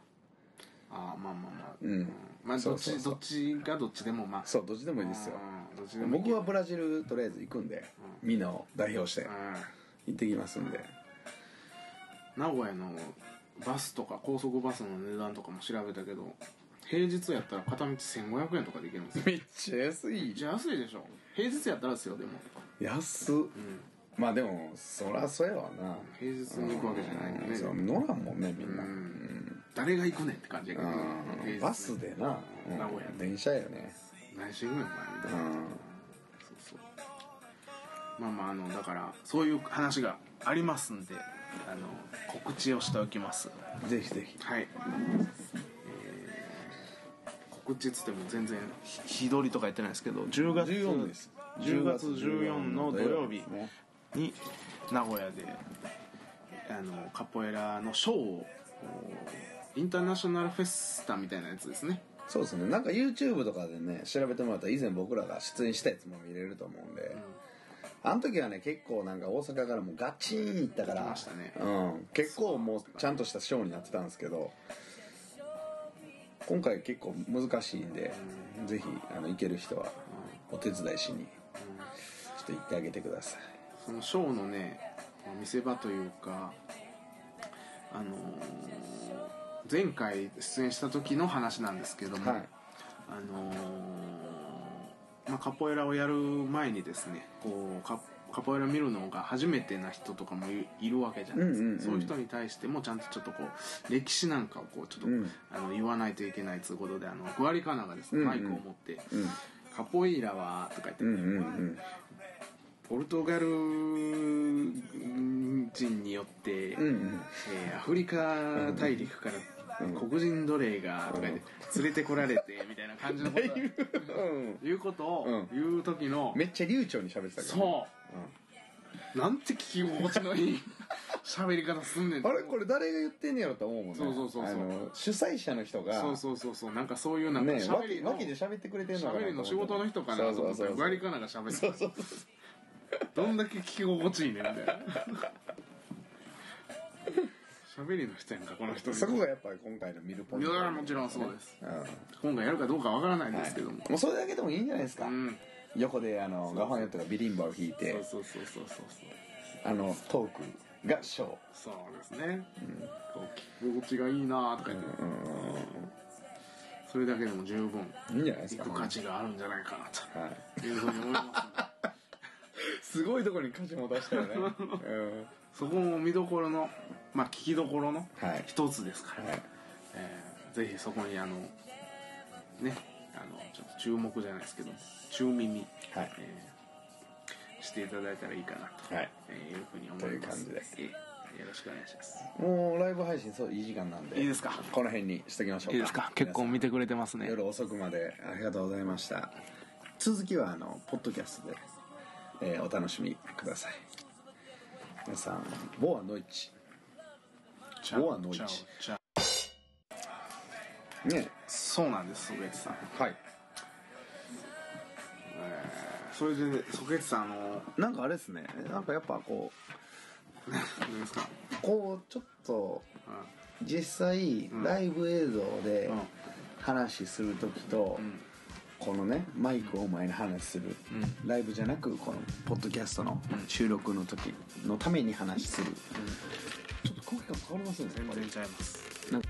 Speaker 1: ああまあまあまあ、
Speaker 2: うん
Speaker 1: まあ
Speaker 2: そ
Speaker 1: どっ
Speaker 2: う
Speaker 1: ち
Speaker 2: そうそう
Speaker 1: どっちがどっちでもまあ
Speaker 2: そうどっちでもいいですよ
Speaker 1: うんどっちでもいい
Speaker 2: 僕はブラジルとりあえず行くんで、みんなを代表して
Speaker 1: う
Speaker 2: 行ってきますんで、
Speaker 1: ん名古屋のバスとか高速バスの値段とかも調べたけど平日やったら片道1500円とかで行けるんですよ
Speaker 2: めっちゃ安い
Speaker 1: じゃあ安いでしょ平日やったらですよでも、
Speaker 2: 安っ
Speaker 1: うん、
Speaker 2: まあでもそらそうやわな
Speaker 1: 平日に行くわけじゃないもんね
Speaker 2: そう乗らんもんねみんな、
Speaker 1: うん誰が行くねんって感じやけど
Speaker 2: うん
Speaker 1: 平日
Speaker 2: バスでな、うん
Speaker 1: 名古屋
Speaker 2: 電車やね
Speaker 1: 何してくねんお前みたいな、
Speaker 2: うん
Speaker 1: そうそうまあまああのだからそういう話がありますんであの告知をしておきます
Speaker 2: ぜひぜひ
Speaker 1: はい、えー告知っつっても全然ひ日取りとか言ってないですけど10月
Speaker 2: 14です
Speaker 1: 10月14の土曜日
Speaker 2: ね
Speaker 1: に名古屋であのカポエラのショーをインターナショナルフェスタみたいなやつですね
Speaker 2: そうですねなんか YouTube とかでね調べてもらったら以前僕らが出演したやつも見れると思うんで、あの時はね結構なんか大阪からもうガチーン行ったから
Speaker 1: 行きましたね
Speaker 2: うん、結構もうちゃんとしたショーになってたんですけど今回結構難しいんで、ぜひあの行ける人はお手伝いしに、ちょっと行ってあげてください
Speaker 1: そのショーのね見せ場というかあのー前回出演した時の話なんですけども、
Speaker 2: はい
Speaker 1: あのーまあ、カポエラをやる前にですねこうカカポエラ見るのが初めてな人とかもいいるわけじゃないですか、
Speaker 2: うんうんうん
Speaker 1: そういう人に対してもちゃんとちょっとこう歴史なんかをこうちょっと、
Speaker 2: うん
Speaker 1: あの言わないといけないということであのグアリカナがですね、
Speaker 2: うんうん
Speaker 1: マイクを持って「
Speaker 2: ん
Speaker 1: カポエラは」とか言って、
Speaker 2: うんうんうん
Speaker 1: ポルトガル人によって、
Speaker 2: うんうん <laughs>
Speaker 1: えーアフリカ大陸から黒人奴隷がとか言って連れてこられてみたいな感じのこと
Speaker 2: うん
Speaker 1: 言うこと
Speaker 2: う
Speaker 1: を
Speaker 2: ん
Speaker 1: 言う時の、
Speaker 2: めっちゃ流暢に喋ってたけどね
Speaker 1: そうなんて聞き心地のいい喋り方すんねんって
Speaker 2: あれこれ誰が言ってんねやろと思うもんね
Speaker 1: そうそうそうそう
Speaker 2: あの主催者の人が
Speaker 1: そうそうそうそうなんかそういうなんか
Speaker 2: ね
Speaker 1: 喋
Speaker 2: わ
Speaker 1: り
Speaker 2: け
Speaker 1: の
Speaker 2: わけで喋ってくれてんのかな
Speaker 1: 喋りの仕事の人かなと
Speaker 2: そ
Speaker 1: 思
Speaker 2: う
Speaker 1: った
Speaker 2: そう
Speaker 1: ら
Speaker 2: そう
Speaker 1: グアリカナが喋って
Speaker 2: そうそうそう
Speaker 1: どんだけ聞き心地いいねんみたいな喋りの人やんかこの人
Speaker 2: そこがやっぱり今回の見るポイ
Speaker 1: い
Speaker 2: ント
Speaker 1: やもちろんそうです
Speaker 2: うんはい
Speaker 1: 今回やるかどうかわからないんですけども、
Speaker 2: もうそれだけでもいいんじゃないですか
Speaker 1: うん
Speaker 2: 横であのガファンヨットがビリンバを弾い
Speaker 1: そ
Speaker 2: て
Speaker 1: うそうそうそうそう
Speaker 2: あのトークがショー
Speaker 1: そうですね、こう聞き心地がいいなとか言って、それだけでも十分
Speaker 2: いいんじゃないです
Speaker 1: 行
Speaker 2: か
Speaker 1: く価値があるんじゃないかなと
Speaker 2: はい
Speaker 1: いうふうに思いますね
Speaker 2: すごいところに価値も出したよ
Speaker 1: <laughs>
Speaker 2: ねうん
Speaker 1: そこも見どころのまあ聞きどころの
Speaker 2: はい
Speaker 1: 一つですから、
Speaker 2: はい
Speaker 1: えーぜひそこにあのねあのちょっと注目じゃないですけど中耳、
Speaker 2: はい
Speaker 1: えーしていただいたらいいかなと、
Speaker 2: はい
Speaker 1: えーいうふうに思います
Speaker 2: という感じ
Speaker 1: えーよろしくお願いします
Speaker 2: もうライブ配信そういい時間なんで
Speaker 1: いいですか
Speaker 2: この辺にしときましょうか
Speaker 1: いいですか結構見てくれてますね
Speaker 2: 夜遅くまでありがとうございました続きはあのポッドキャストで、えーお楽しみください皆さんボアノイチ
Speaker 1: チャオ
Speaker 2: ボアノイチ
Speaker 1: チャオチャオ
Speaker 2: ね
Speaker 1: そうなんですソケツさん
Speaker 2: はい
Speaker 1: それでねソケツさんあの
Speaker 2: なんかあれですねなんかやっぱこ
Speaker 1: 何ですか、
Speaker 2: うこうちょっと
Speaker 1: う
Speaker 2: 実際
Speaker 1: ん
Speaker 2: ライブ映像で
Speaker 1: うん
Speaker 2: 話する時と、
Speaker 1: ん
Speaker 2: このねマイクを前に話する、
Speaker 1: う
Speaker 2: ライブじゃなくこのポッドキャストの収録の時のために話する、ちょっと声が変わりますねやっぱ
Speaker 1: 全然
Speaker 2: り
Speaker 1: ちゃいます
Speaker 2: なんか